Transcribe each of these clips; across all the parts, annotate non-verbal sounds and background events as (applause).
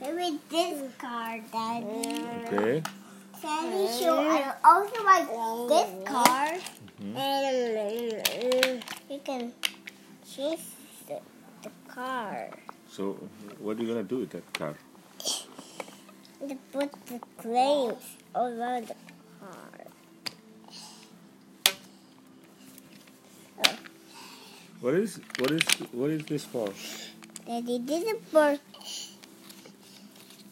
with this card, Daddy. Okay. Daddy, show I also like this card. You can choose the, the card. So what are you gonna do with that car? They put the claims all over the card. What is what is what is this for? Daddy, this is for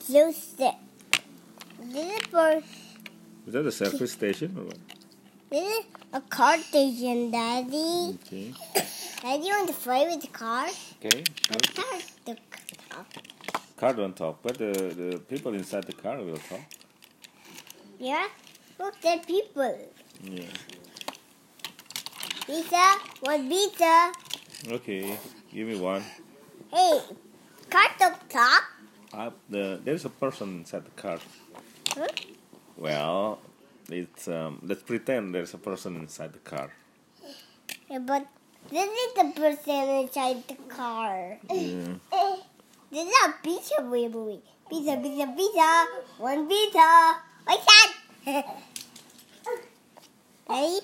blue stick. This is for Is that a service station or what? this is a card station, Daddy. Okay. Daddy, you want to play with the card? Okay. The card, the card. Car don't talk, but the, the people inside the car will talk. Yeah, look the people. Yeah. Pizza, what pizza? Okay. Give me one. Hey, card talk talk. Up Uh, the there's a person inside the car. Huh? Well, it's um, let's pretend there's a person inside the car. Yeah, but this is the person inside the car. Yeah. (laughs) This is a pizza we movie. Pizza, pizza, pizza. One pizza. Like (laughs) that. Ready?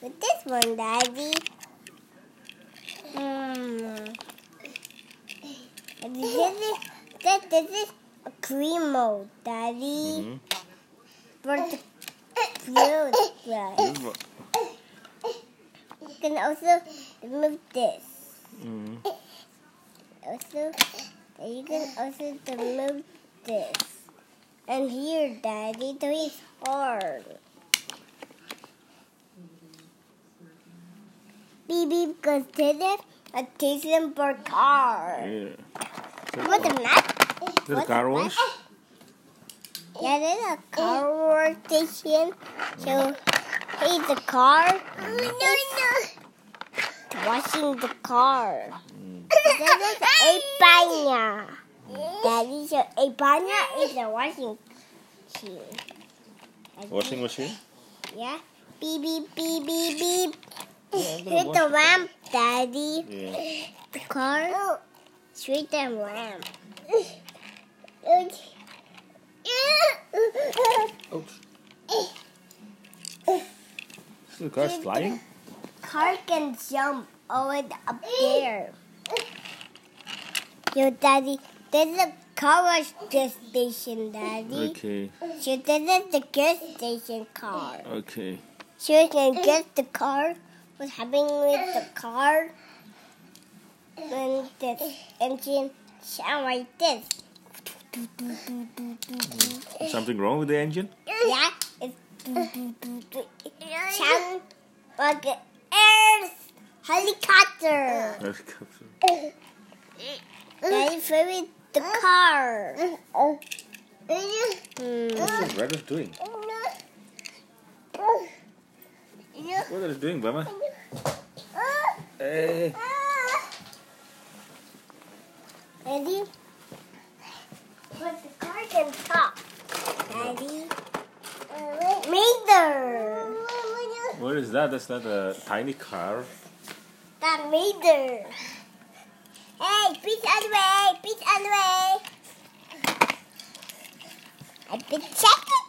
With this one, Daddy. Mm. And This is, this, this is a cream mold, Daddy. Mhm. For the clothes, right? This one- You can also remove this. Mm. also you can also remove this. And here, Daddy, do his arm. Beep beep, cause this is a Tyson for car. Yeah. What's a map? Is it a car wash? Yeah, this is a car wash station. So, here's the car. It's Washing the car. This is a baña. Daddy, so a baña is a washing machine. Washing machine? Yeah. Beep, beep, beep, beep, beep. I'm gonna With wash the the lamp, Daddy. Yeah. The car. Sweet and lamp. Car Oops. Is the car flying? can jump over the, up there. Yo, Daddy, there's a car wash gas station, Daddy. Okay. She did it the gas station car. Okay. She was gonna get the car. What's happening with the car? And the engine sound like this. Something wrong with the (laughs) engine? Yeah, it's sound like an air helicopter. Helicopter. Ready for with the car. Hmm. What's the rabbit doing? What are you doing, Mama? Hmm. Hey. Ah. Ready? But the car can talk. Ready? Uh, Mater! What is that? That's not a tiny car. That Mater! Hey, pizza out of the way! Pizza out of the way! I've been checking!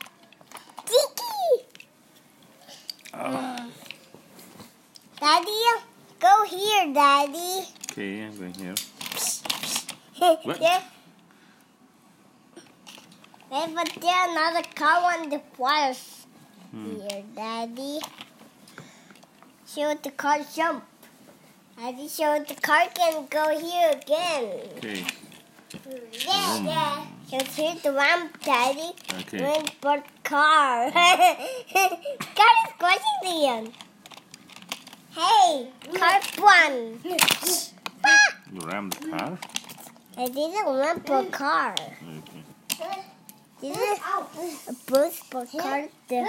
Tiki! Daddy, go here, Daddy. Okay, I'm going here. What? There- Hey, but there's another car on the forest Hmm. here, Daddy. Show the car jump. Daddy, show the car can go here again. Okay. Yeah, yeah. So here's the ramp, Daddy. Hmm. Okay. Went for car. (laughs) car is squashing the young. Hey, car (laughs) one. Ah! You ram the car? I didn't want for car. Okay. This is a booth for car the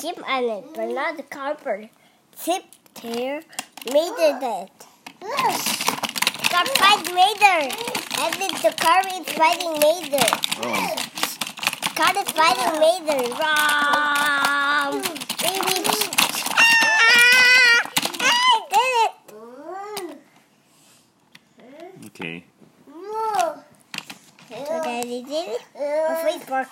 chip on it, but not the cardboard. Chip here made it. Car fight Mater! And then the car is fighting Mater. Oh. Car is fighting Mater. Rawr! Ah! I did it! Okay. So Daddy, they did it. Wait for